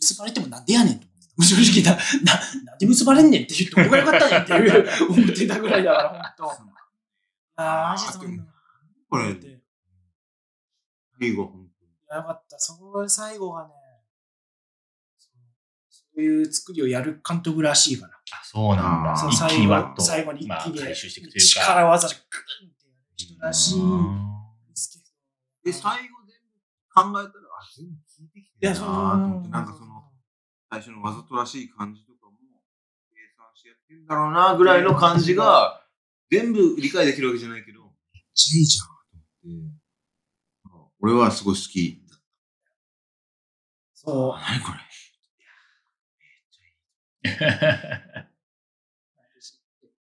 S4: 結ばれてもなんでやねんと思ってた。正直な、な、なんで結ばれんねんって言って、僕がよかったねんっていう、思ってたぐらいだから、ほんと。ああ、マジそんな。
S2: こ
S4: 思っ
S2: れ、
S4: て
S2: 最後、本
S4: いやよかった。その最後がね、そうそういう作りをやる監督らしいから。
S1: そうなんだ
S2: あー。
S4: そう
S1: 一
S4: 最
S1: 気に
S4: 後
S1: ワッと。
S4: 最後に一
S1: まあ
S4: 気に
S1: 回収していくというか。
S4: 力技でグンってやる人らしいんですけど。
S2: 当で、最後、全部考えたら、あ、全部聞いてきてるなー
S4: う
S2: と思って、なんかその、最初のわざとらしい感じとかも、計算してやってんだろうな、ぐらいの感じが、全部理解できるわけじゃないけど、めっちゃいいじゃん、と思って。俺はすごい好きだっ
S4: そう
S2: た。。何これ。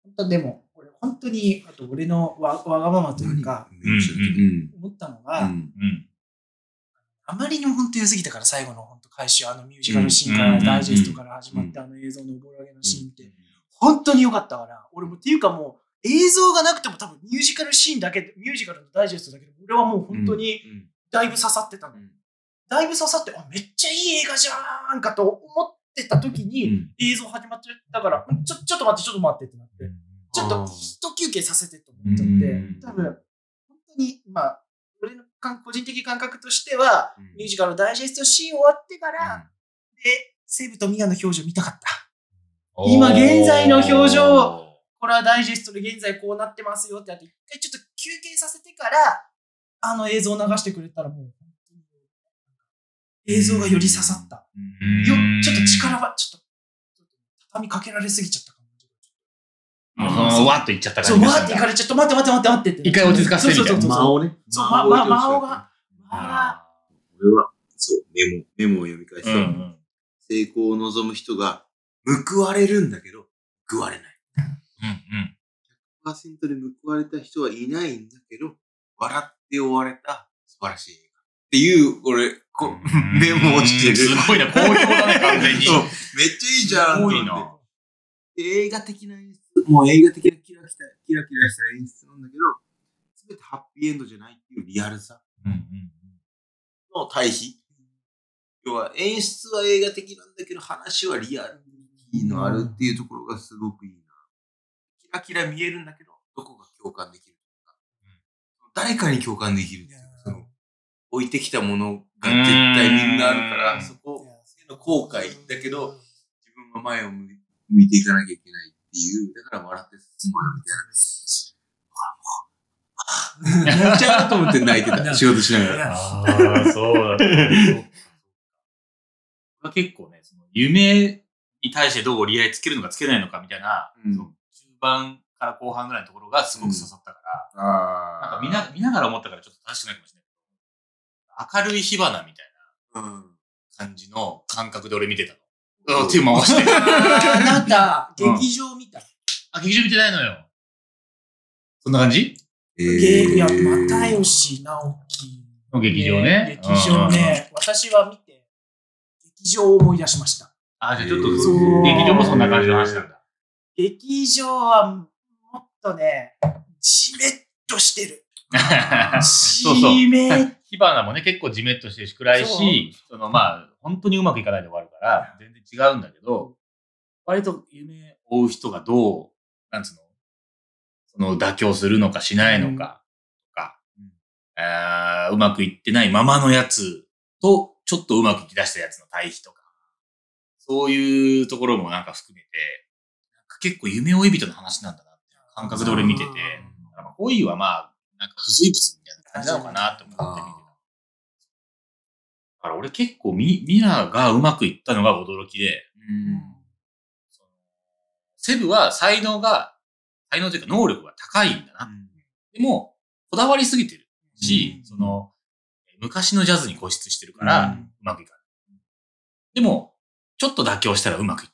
S4: 本当でも、俺本当に、あと俺のわわがままというか、
S2: 何めっちゃうん。
S4: 思ったの
S2: う
S4: が、
S2: ん。
S1: うん。
S4: あまりにも本当良すぎたから、最後の本当回収、あのミュージカルシーンから、ダイジェストから始まって、あの映像のおぼろげのシーンって、本当に良かったから、俺もっていうかもう、映像がなくても多分ミュージカルシーンだけで、ミュージカルのダイジェストだけで、俺はもう本当に
S2: うん、
S4: だいぶ刺さってたの。だいぶ刺さって、あ、めっちゃいい映画じゃーんかと思ってた時に、
S2: うん
S4: 映像始まっちゃったから、んちょ、ちょっと待って、ちょっと待ってってなって、ちょっ
S2: あ
S4: と
S2: ー
S4: 一休憩させてと思っちゃって、多分、本当に、まあ、俺の感個人的感覚としては、
S2: うん
S4: ミュージカルのダイジェストシーン終わってから、で、西武と宮の表情見たかった。今現在の表情をこれはダイジェストで現在こうなってますよってやって、一回ちょっと休憩させてから、あの映像を流してくれたらもう、本当に映像がより刺さった。
S1: うん
S4: よ、ちょっと力は、ちょっと、畳みかけられすぎちゃったかも。
S1: もうそのままわっといっちゃった
S4: そ
S1: 感
S4: う、
S1: じ
S4: わ
S1: がするん
S4: ーって
S1: だ
S4: 行かれちゃった。待って待って待って待ってって。
S1: 一回落ち着かせてみたいな
S4: そうそうそうそう
S2: 間をね。
S4: そう
S2: 間置い
S4: ま
S2: てほしかった
S4: 間をが。
S1: あ
S2: 俺は、そう、メモ、メモを読み返し
S1: ー
S2: た。
S1: うん
S2: 成功を望む人が報われるんだけど、報われない。
S1: うん
S2: 100%で報われた人はいないんだけど、笑って終われた素晴らしい映画。っていう、俺、こ
S1: うん
S2: メモをしてる。
S1: すごいな、好評だね、完全に。
S2: そうめっちゃいいじゃん。
S1: すごい
S2: と思っ
S1: な。
S2: て映画的な演出、もう映画的なキラキラした、キラキラした演出なんだけど、すべてハッピーエンドじゃないっていうリアルさ
S1: うんうん
S2: の対比。要は演出は映画的なんだけど、話はリアルのあるっていうところがすごくいいな。キラキラ見えるんだけど、どこが共感できるか。誰かに共感できるっていうか、その置いてきたものが絶対みんなあるか
S1: う
S2: ら、
S1: ん
S2: そ
S4: い
S2: こ
S4: や
S2: の後悔だけど、自分が前を向い向いていかなきゃいけないっていう、だから笑って進もうよみたいな。 泣いちゃうと思って泣 いてた、仕事しな がら。
S1: ああ、そうだね。まあ結構ね、その夢に対してどう折り合いつけるのかつけないのかみたいな、
S2: うん
S1: その中盤から後半ぐらいのところがすごく刺さったから、なん
S2: あ
S1: か見な見ながら思ったからちょっと正しくないかもしれない。明るい火花みたい
S2: うん。
S1: な感じの感覚で俺見てた
S2: う
S1: の。
S2: ん
S1: うん手回して。
S4: あーなんか、
S1: うん
S4: 劇場みたい。
S1: あ、劇場見てないのよ。そんな感じ
S2: え
S4: ゲーいや、又吉直樹。
S1: の劇場ね。
S4: 劇場ね。私は見て、劇場を思い出しました。
S1: うん。あ、じゃあちょっと、
S2: えー
S4: そう
S1: 劇場もそんな感じの話なんだ。
S4: 劇場はもっとね、じめっとしてる。
S1: そうそう
S4: じめっ
S1: 火花もね、結構ジメッとしてるし暗いし、そのまあ、本当にうまくいかないで終わるから、全然違うんだけど、割と夢を追う人がどう、なんつうの、その妥協するのかしないのか、とか、あーうまくいってないままのやつと、ちょっとうまくいきだしたやつの対比とか、そういうところもなんか含めて、なんか結構夢追い人の話なんだなっていう感覚で俺見てて、だから恋はまあ、なんか不随物みたいな感じなのかなって思って見てた。だから俺結構ミミラーがうまくいったのが驚きで、そのセブは才能が、才能というか能力が高いんだな。でも、こだわりすぎてるし、
S4: うん
S1: その、昔のジャズに固執してるから、うまくいかない。でも、ちょっと妥協したらうまくいった。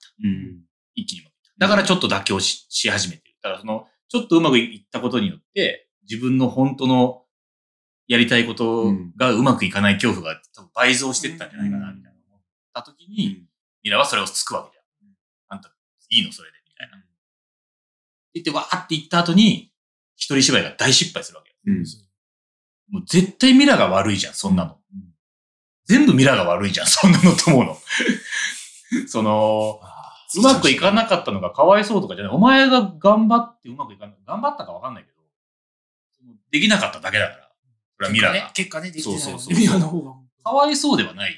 S1: 一気にうまくいった。だからちょっと妥協しし始めてる。だからその、ちょっとうまくいったことによって、自分の本当のやりたいことがうまくいかない恐怖が多分倍増してったんじゃないかな、みたいな思った時に、ミラはそれをつくわけじゃん。あんた、いいのそれで、みたいな。って言って、わーって言った後に、一人芝居が大失敗するわけよ。
S2: うん
S1: もう絶対ミラが悪いじゃん、そんなの。全部ミラが悪いじゃん、そんなのと思うの。 その、うまくいかなかったのがかわいそうとかじゃない。お前が頑張ってうまくいかな頑張ったかわかんないけど、できなかっただけだから。それはミラが。
S4: 結果ね、結果ねできて
S1: そ
S4: な
S1: う
S4: い
S1: そうそう
S4: ミラの方が。
S1: かわいそうではないよ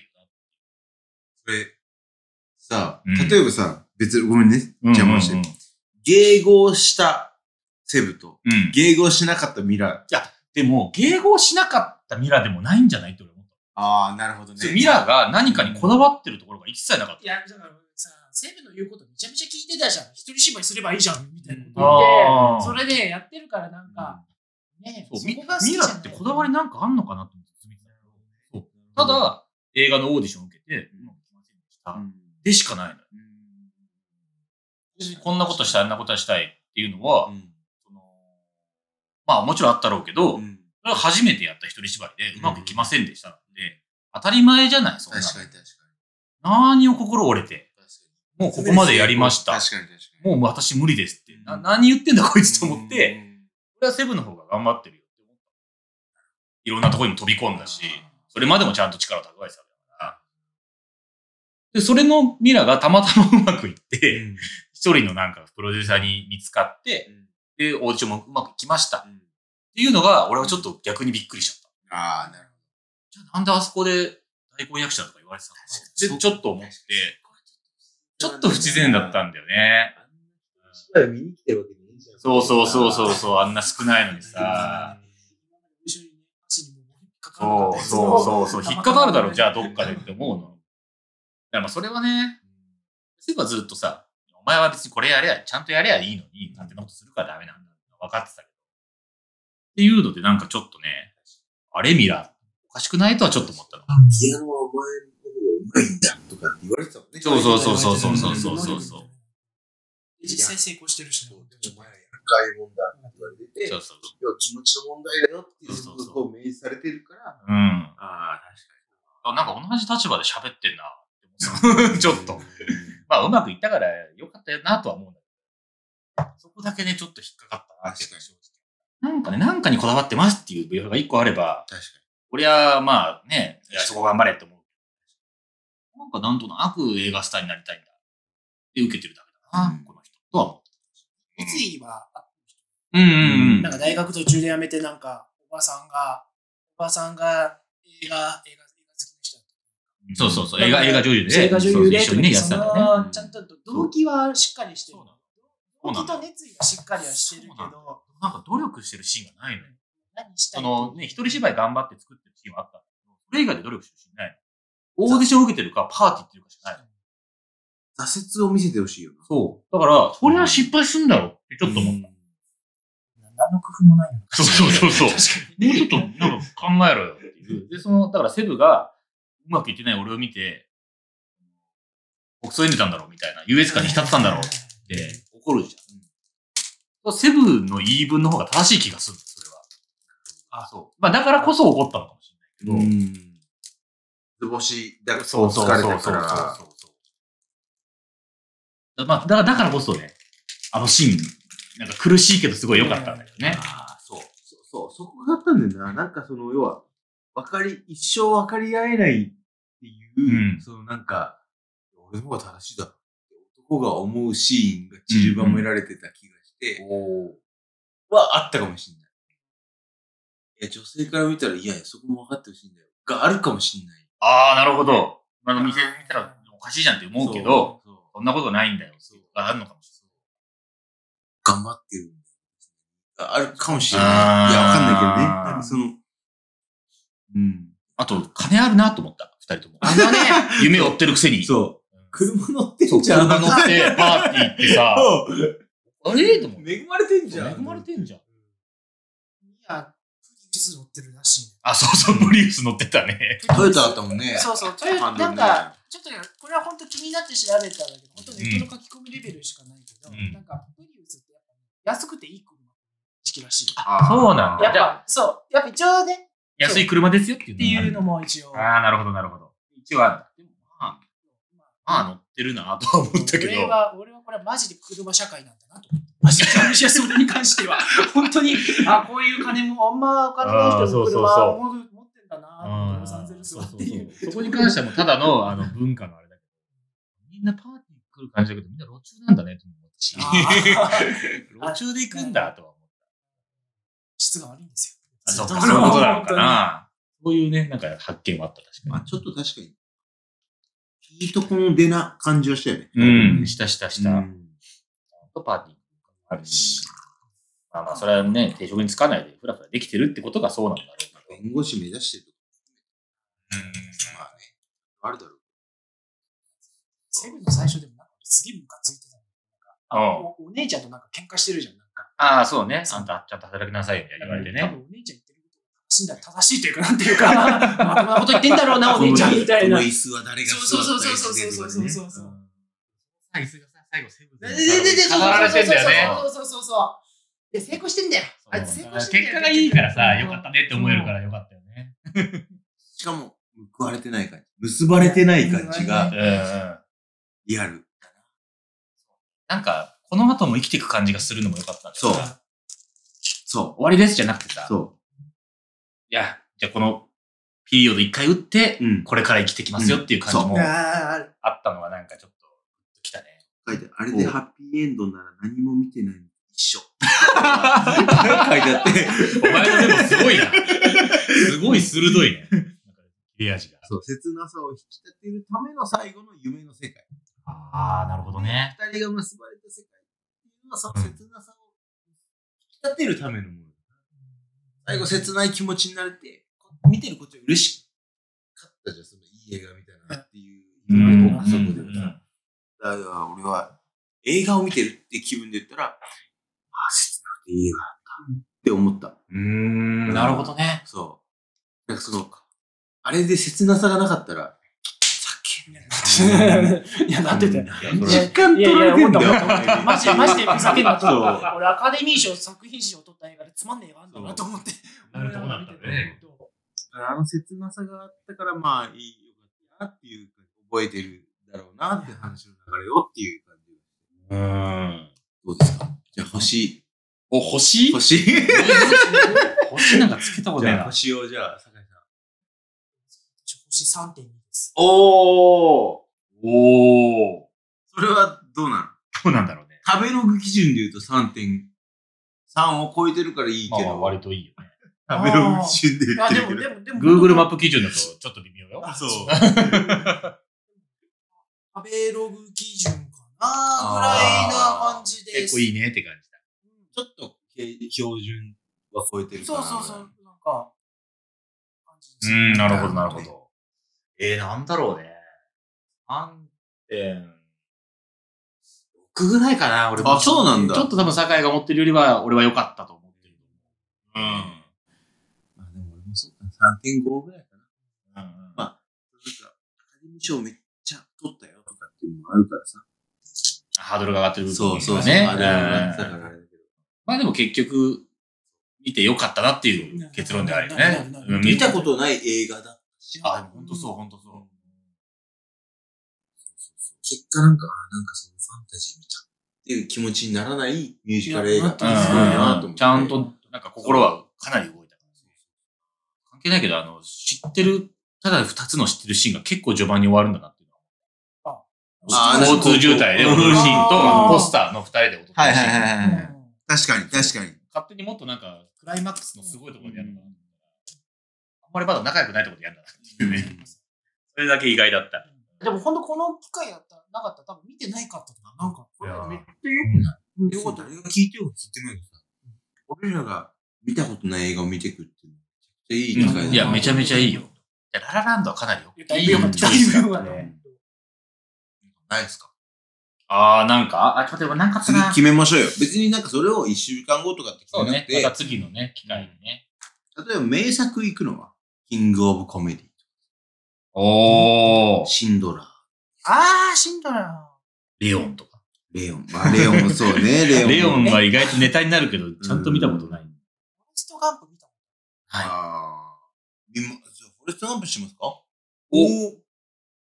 S2: それ、さ
S1: うん、
S2: 例えばさ、別に、ごめんね。
S1: な。
S2: 邪魔して
S1: うんうん
S2: 迎合したセブと、
S1: うん。うん
S2: 迎合しなかったミラ
S1: でも、迎合しなかったミラでもないんじゃないって俺思っ
S2: ああ、なるほど
S1: た。ミラが何かにこだわってるところが一切なかっ
S4: いや、だからさ、セブの言うことめちゃめちゃ聞いてたじゃん。一人芝居すればいいじゃん、みたいなこと
S1: た。
S4: 言って。
S1: ー
S4: それでやってるからなんか、ね
S1: そう
S4: そ
S1: ミ
S4: こが好き
S1: ミ
S4: じゃ
S1: ラ
S4: ない
S1: ってこだわりなんかあんのかなって思って見てたけどそうただ、映画のオーディションを受けて、うまくいきませんでした。でしかないのよ。こんなことしたい、あんなことしたいっていうのは、そのまあもちろんあったろうけど、それは初めてやった一人芝居でうまくいきませんでしたので、当たり前じゃない、そんな
S2: 確か
S1: の。
S2: に確かに。
S1: 何を心折れて、もうここまでやりました。
S2: 確かに確かに。
S1: もう私無理ですって。な何言ってんだこいつと思って、
S2: うん、
S1: これはセブンの方が頑張ってるよって思った。いろんなとこにも飛び込んだし、それまでもちゃんと力を蓄えてたから。で、それのミラがたまたまうまくいって、
S2: うん
S1: 一人のなんかプロデューサーに見つかって、で、オーディションもうまくいきました。っていうのが、俺はちょっと逆にびっくりしちゃっ
S2: ああ、なるほ
S1: た。じゃあなんであそこで大根役者とか言われてた
S2: 確かに
S1: のってちょっと思って、ちょ
S2: ど。
S1: っと不自然だったんだよね。
S3: 芝居見に来てるわけないじゃん。
S1: そうそうそうそうそう、あんな少ないのにさ。
S4: 一緒に足にも引っかかる
S1: そ
S4: か
S1: う
S4: ら
S1: そうそうそう、引っかかるだろ、じゃあどっかでって思うの。だからまあそれはね、セブはずっとさ、お前は別にこれやれや、ちゃんとやれやいいのに、なんてなことするからダメなんだ分かってたけど。っていうのでなんかちょっとね、あれミラ、おかしくないとはちょっと思ったの。
S2: ピアノはお前の方がうまいんだとかって言われてたもんね。
S1: そうそうそうそうそうそうそうそうそう。
S4: 実際成功してるしね、
S2: お前は厄介もんだって言われてて、
S1: そう
S2: 要
S1: そうそう。
S2: は気持ちの問題だよっていうことをこう明示されてるから、
S1: うん。
S2: ああ、
S1: あなんか同じ立場で喋ってんな。 ちょっと。まあ、うまくいったからよかったよなとは思うんだけど。そこだけね、ちょっと引っかかったなっていうのが正直。なんかね、なんかにこだわってますっていう描写が一個あれば、
S2: 確か
S1: こりゃ、まあね、いや、そこ頑張れって思う。なんかなんとなく映画スターになりたいんだ。で、受けてるだけだな、
S2: うん
S1: この人。とは思う。
S4: 三井は、
S1: うん
S2: うんうん
S4: なんか大学途中で辞めて、なんか、おばさんが、おばさんが映画、映画、映画好きな人だっ
S2: に。
S1: そうそうそう、
S4: な
S1: 映
S4: ん
S1: 画、
S4: か
S1: 映画女優で
S4: た。
S1: ね。
S4: 映画女優で、
S1: そうそう一緒にね、やってたんだよね。
S4: そのちゃんと動機はしっかりしてる
S1: そうなの。
S4: 動機と熱意がしっかりはしてるけ
S1: そうな
S4: ど、
S1: なんか努力してるシーンがないのよ。
S4: 何した
S1: そ
S4: い
S1: のね、一人芝居頑張って作ってるチームあったんだけど、それ以外で努力してるしない。オーディション受けてるか、パーティーっていうかしかない。
S2: 挫折を見せてほしいよな。
S1: そう。だから、そりゃ失敗するんだろうってちょっと思った。
S4: 何の工夫もないよね。
S1: そうそうそうそう。
S4: 確
S1: もうちょっとなんか考えろよっていう。で、その、だからセブがうまくいってない俺を見て、僕そう演じたんだろうみたいな、優越感に浸ってたんだろうって怒るじゃん。セブの言い分の方が正しい気がする、それは。あ、そう。まあだからこそ怒ったのかもしれないけど。
S2: ん。図星だから
S1: そうそうそ
S2: 疲
S1: う
S2: れ
S1: そう
S2: たから。
S1: そうそうまあ、だから、だからこそね、あのシーン、なんか苦しいけどすごい良かったんだけどね。
S2: ああ、そう。そう、そうそこがあったんだよな。なんかその、要は、分かり、一生分かり合えないっていう、
S1: うん
S2: そのなんか、俺の方が正しいだろうって男が思うシーンが散りばめられてた気がして、はあったかもしれない。いや、女性から見たら、いやいや、そこも分かってほしいんだよ。があるかもしれない。
S1: ああ、なるほど。まあ、見て見たらおかしいじゃんって思うけど、
S2: そう、
S1: そんなことないんだよ。
S2: そう
S1: があるのかもし
S2: 頑張ってるんだよ。ああるかもし
S1: れ
S2: れな
S1: な。
S2: いい。いや、わかんないけどね。
S1: あ
S2: なん
S1: ー
S2: かその、うん。
S1: あと、金あるなと思った、二人とも。あんなね、 夢を追ってるくせに。
S2: そう。車乗って
S1: そ
S2: ん
S1: う。
S2: じゃん。
S1: 車乗って、パーティー行って さ、あれと思って。
S2: 恵まれてんじゃん。
S1: 恵まれてんじゃん。
S4: いや、プリウス乗ってるらしいね
S1: あ、そうそう、プリウス乗ってたね。
S2: トヨタだったもんね。
S4: そうそう、という
S2: ハンドル
S4: なん
S2: ね
S4: か、ちょっとねこれは本当気になって調べたんだけど、本当ネットの書き込みレベルしかないけど、
S1: うん
S4: なんか、プリウスってやっぱ安くていい車の時期らしいよ。
S2: あー
S1: そうなんだ
S4: やっ
S1: じゃあ
S4: ぱ、そう、やっぱ一応ね、
S1: 安い車ですよっていう
S4: っていう
S1: の
S4: のも一応。
S1: ああ、なるほど、なるほど。一応あるんだ。でも、まあ、まあ乗ってるなとは思ったけど。
S4: 俺は、俺はこれはマジで車社会なんだなと思って。マジで、私はそれに関し ては、本当に、あ、こういう金も、あんまお金ない人も車を持持ってんだな、ロサンゼルスはっていう。
S1: そこに関してはもうただのあの文化のあれだけど、みんなパーティー来る感じだけど、みんな路中なんだねと思ったし。
S4: あ
S1: 路中で行くんだとは思っ
S4: 質が悪いんです
S1: た。
S4: よ。
S1: そう
S4: ずっ
S1: か、そういうことなのかな。そういうね、なんか発見はあった、確
S2: ま
S1: か
S2: あちょっと確かに、いいとこの出な感じはしたよね。
S1: に。うん、したしたした。
S2: うん
S1: とパーティーあるし。まあまあ、それはね、定職につかないで、ふらふらできてるってことがそうなんだろうけど。
S2: 弁護士目指してると
S1: うん
S2: まあね、あるだろう。
S4: セブンの最初でもなんかすげえムカついてた。
S1: あ
S4: おお姉ちゃんとなんか喧嘩してるじゃん。なんか
S1: あ、そうね。あんた、ちゃんと働きなさいよ、みたいに言われて
S4: 多
S1: ね。
S4: 分お姉ちゃん言ってることが正しいんだら正しいというか、なんていう か、まともなこと言ってんだろうな、お姉ちゃんみたいな
S2: この。椅子は誰が座
S4: そうそう
S2: った
S4: そう
S2: 椅
S4: そう
S2: 子で
S4: そうそうそうそう。
S1: 最後、最後、セブン
S4: ででででそう
S1: 飾られてんだよね。
S4: そうそうそうそうそう。で、成功してんだよ。あいつ成功してんだよ。
S1: 結果がいいからさ、よかったねって思えるからよかったよね。
S2: しかも、報われてない感じ。結ばれてない感じ
S1: う
S2: が
S1: ん。な
S2: リアル。
S1: んか、この後も生きていく感じがするのもよかったんだよ
S2: そう
S1: ね。。
S2: そ
S1: 終わりですじゃなくて
S2: う。
S1: さ、
S2: そ
S1: いや、じゃあこのピリオド一回打って
S2: う。、うん。
S1: これから生きてきますよっていう感じもあ
S4: あー
S1: ったのはなんかちょっと、来たね。
S2: 書いてあるあれでハッピーエンドなら何も見てないのと 一緒。書いて
S1: お
S2: あって。
S1: 前のでもすごいな。すごい鋭いね。なんか切れ味が。
S2: そう、切なさを引き立てるための最後の夢の世界。
S1: ああ、なるほどね。
S2: 二人が結ばれた世界っていうのは、その切なさを引き立てるためのもの。最後、切ない気持ちになれて、こ見てるこっちは嬉しかったじゃん、そのいい映画みたいなっていう。
S1: うん
S2: あそこで歌だから俺は映画を見てるって気分で言ったら、ああ、切なくていい映画だったって思った。
S1: うんなるほどね。
S2: そう。なんかその、あれで切なさがなかったら、さっきみたい
S4: いや、なってて。
S2: な。
S4: いや
S2: 若干取られてんだよ。
S4: マジで、マジで、ふざけんな
S2: そ
S4: と。
S2: う
S4: 俺、アカデミー賞作品賞を取った映画でつまんねえ映画あんだなと思って。
S1: なるとこだったね。
S2: あの切なさがあったから、まあ、いい、よかったなっていう感じ、覚えてるだろうなって話の流れをっていう感じ。
S1: うん。
S2: どうですかじゃあ、星。
S1: お、星
S2: 星。
S1: 星なんかつけたこと
S2: じ
S1: ない
S2: ゃあ、
S1: な。
S2: 星を、じゃあ、酒井さん。
S4: 星3.2です。
S2: おー
S1: おお。
S2: それはどうなの
S1: どうなんだろうね。
S2: 食べログ基準で言うと3.3を超えてるからいい
S1: ま
S2: け
S1: あ、
S2: ど、
S1: 割といいよね。
S2: 食べログ基準で言
S4: い
S2: っ
S4: や、
S2: て
S4: で
S2: るけ
S4: も、
S2: ど。
S4: でも、でも。
S1: Google マップ基準だとちょっと微妙よ。
S2: あ、そう。
S4: 食べログ基準かな、ぐらいな感じです。
S1: 結構いいねって感じだ。
S2: ちょっと標準は超えてるか
S4: そう
S2: な。
S4: そうそう、なんか、感じ
S1: う
S4: です。
S1: ん、なるほど、
S2: な
S1: な
S2: る
S1: るほ
S2: ほど
S1: ど。えー、なんだろうね。3.6ぐらいかな、俺も。
S2: あそうなんだ
S1: ちょっと多分、酒井が思ってるよりは、俺は良かったと思ってる。うん。
S2: まあでも俺もそうかな。3.5ぐらいかな。
S1: うん
S2: まあなんか、アカデミー賞めっちゃ取ったよとかっていうのもあるからさ。
S1: ハードルが上がってる部分が
S2: ね。
S1: ね。
S2: あれはだか
S1: うん
S2: らあれだけど。
S1: まあでも結局、見て良かったなっていう結論であるよ
S4: なるほ
S1: ね
S4: どなる。ほ
S1: う
S4: ど
S1: ん
S2: 見たことない映画だ。
S1: あ、でも本当そう、本当そう。
S2: 結果なんか、なんかそのファンタジー見たっていう気持ちにならないミュージカル映画って
S1: う
S2: す
S1: ん
S2: ごいなと思って。
S1: ちゃんと、なんか心はかなり動いた。関係ないけど、あの、知ってる、ただ二つの知ってるシーンが結構序盤に終わるんだなっていうのは
S2: あー
S1: 交通渋滞で踊るシーン
S4: あ
S1: と、
S4: ー
S1: ポスターの二人で踊るシーン。
S4: う
S2: はい
S4: ん
S2: 確かに、確かに。
S1: 勝手にもっとなんか、クライマックスのすごいところでやるのかな。あんまりまだ仲良くないところでやるんだなっていうね。それだけ意外だった。
S4: でも本当この機会だったらなかったら多分見てないかったとか、なんか、これめっちゃ
S2: よ
S4: よ
S2: か
S4: か
S2: っ。
S4: ったた
S2: あれが聞いてよ、聞いてないのさ。俺らが見たことない映画を見てくっていうのはめちゃくちゃいい機会だ
S1: いや、めちゃめちゃいいよ。いやララランドはかなりよ。
S4: だいぶ良かった。だいぶ良かった。
S2: ないですか
S1: あー、なんか、あ、ちょっと待って、なんかあった
S2: 次
S1: な。
S2: 決めましょうよ。別になんかそれを一週間後とかって決
S1: そう
S2: めな
S1: ね
S2: く。て、
S1: ま
S2: 例
S1: た次のね、機会にね。
S2: えば名作行くのは、キングオブコメデ
S1: お
S2: ィ、。シンドラー、
S4: あー、しんどいな。
S1: レオンとか。
S2: レオン。まあ、レオンもそう ね、レオン。
S1: レオンは意外とネタになるけど、ちゃんと見たことない。
S4: フォレストガンプ見たこ
S2: あー見まじゃあフォレストガンプしますか
S1: おい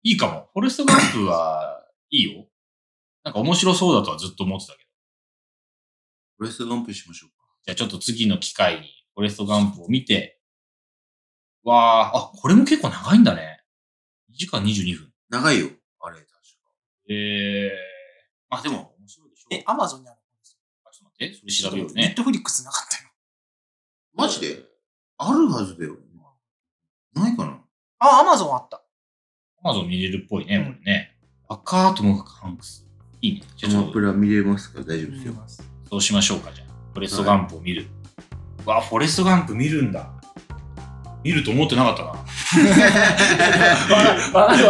S1: いかも。フォレストガンプはいいよ。なんか面白そうだとはずっと思ってたけど。
S2: フォレストガンプしましょうか。
S1: じゃあちょっと次の機会にフォレストガンプを見て、わあ、あ、これも結構長いんだね。2時間22分。
S2: 長いよ、あれ、確か。
S1: えー、まあでも、面白いでしょ
S4: え、アマゾンにある
S1: あちょっと待って、それ調べよう
S4: ネッ
S1: ね。
S4: トフリックスなかったよ。
S2: マジであるはずだよ。ないかな
S4: あ、アマゾンあった。
S1: アマゾン見れるっぽいね、これね。赤ともハンクス。いいね。じゃあち
S2: ア
S1: ょ
S2: マ
S1: っ
S2: プ
S1: と、
S2: ラ見れますから大丈夫ですよ。
S1: そうしましょうか、じゃあ。フォレストガンプを見る。うわ、フォレストガンプ見るんだ。見ると思ってなかった な。
S4: わかる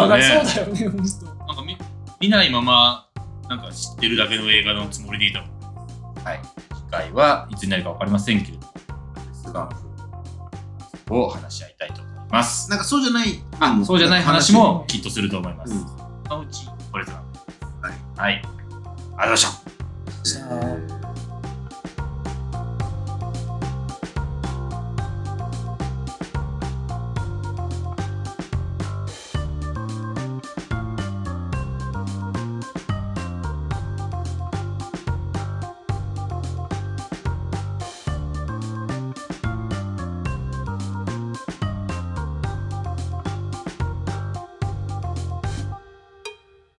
S4: わかる。
S1: ね
S4: そうだよね、ほんと。
S1: なんか見見ないまま、なんか知ってるだけの映画のつもりでいたもん。はい。次回はいつになるかわかりませんけれども、フォレストガンプを話し合いたいと思いま す。
S2: なんかそうじゃない。
S1: あ、そうじゃない話
S2: も。
S1: もきっとすると思います。
S2: うん
S1: そのうち、フォレストガンプ。
S2: はい
S1: はい。ありがとうございました。
S4: じゃあ
S2: えー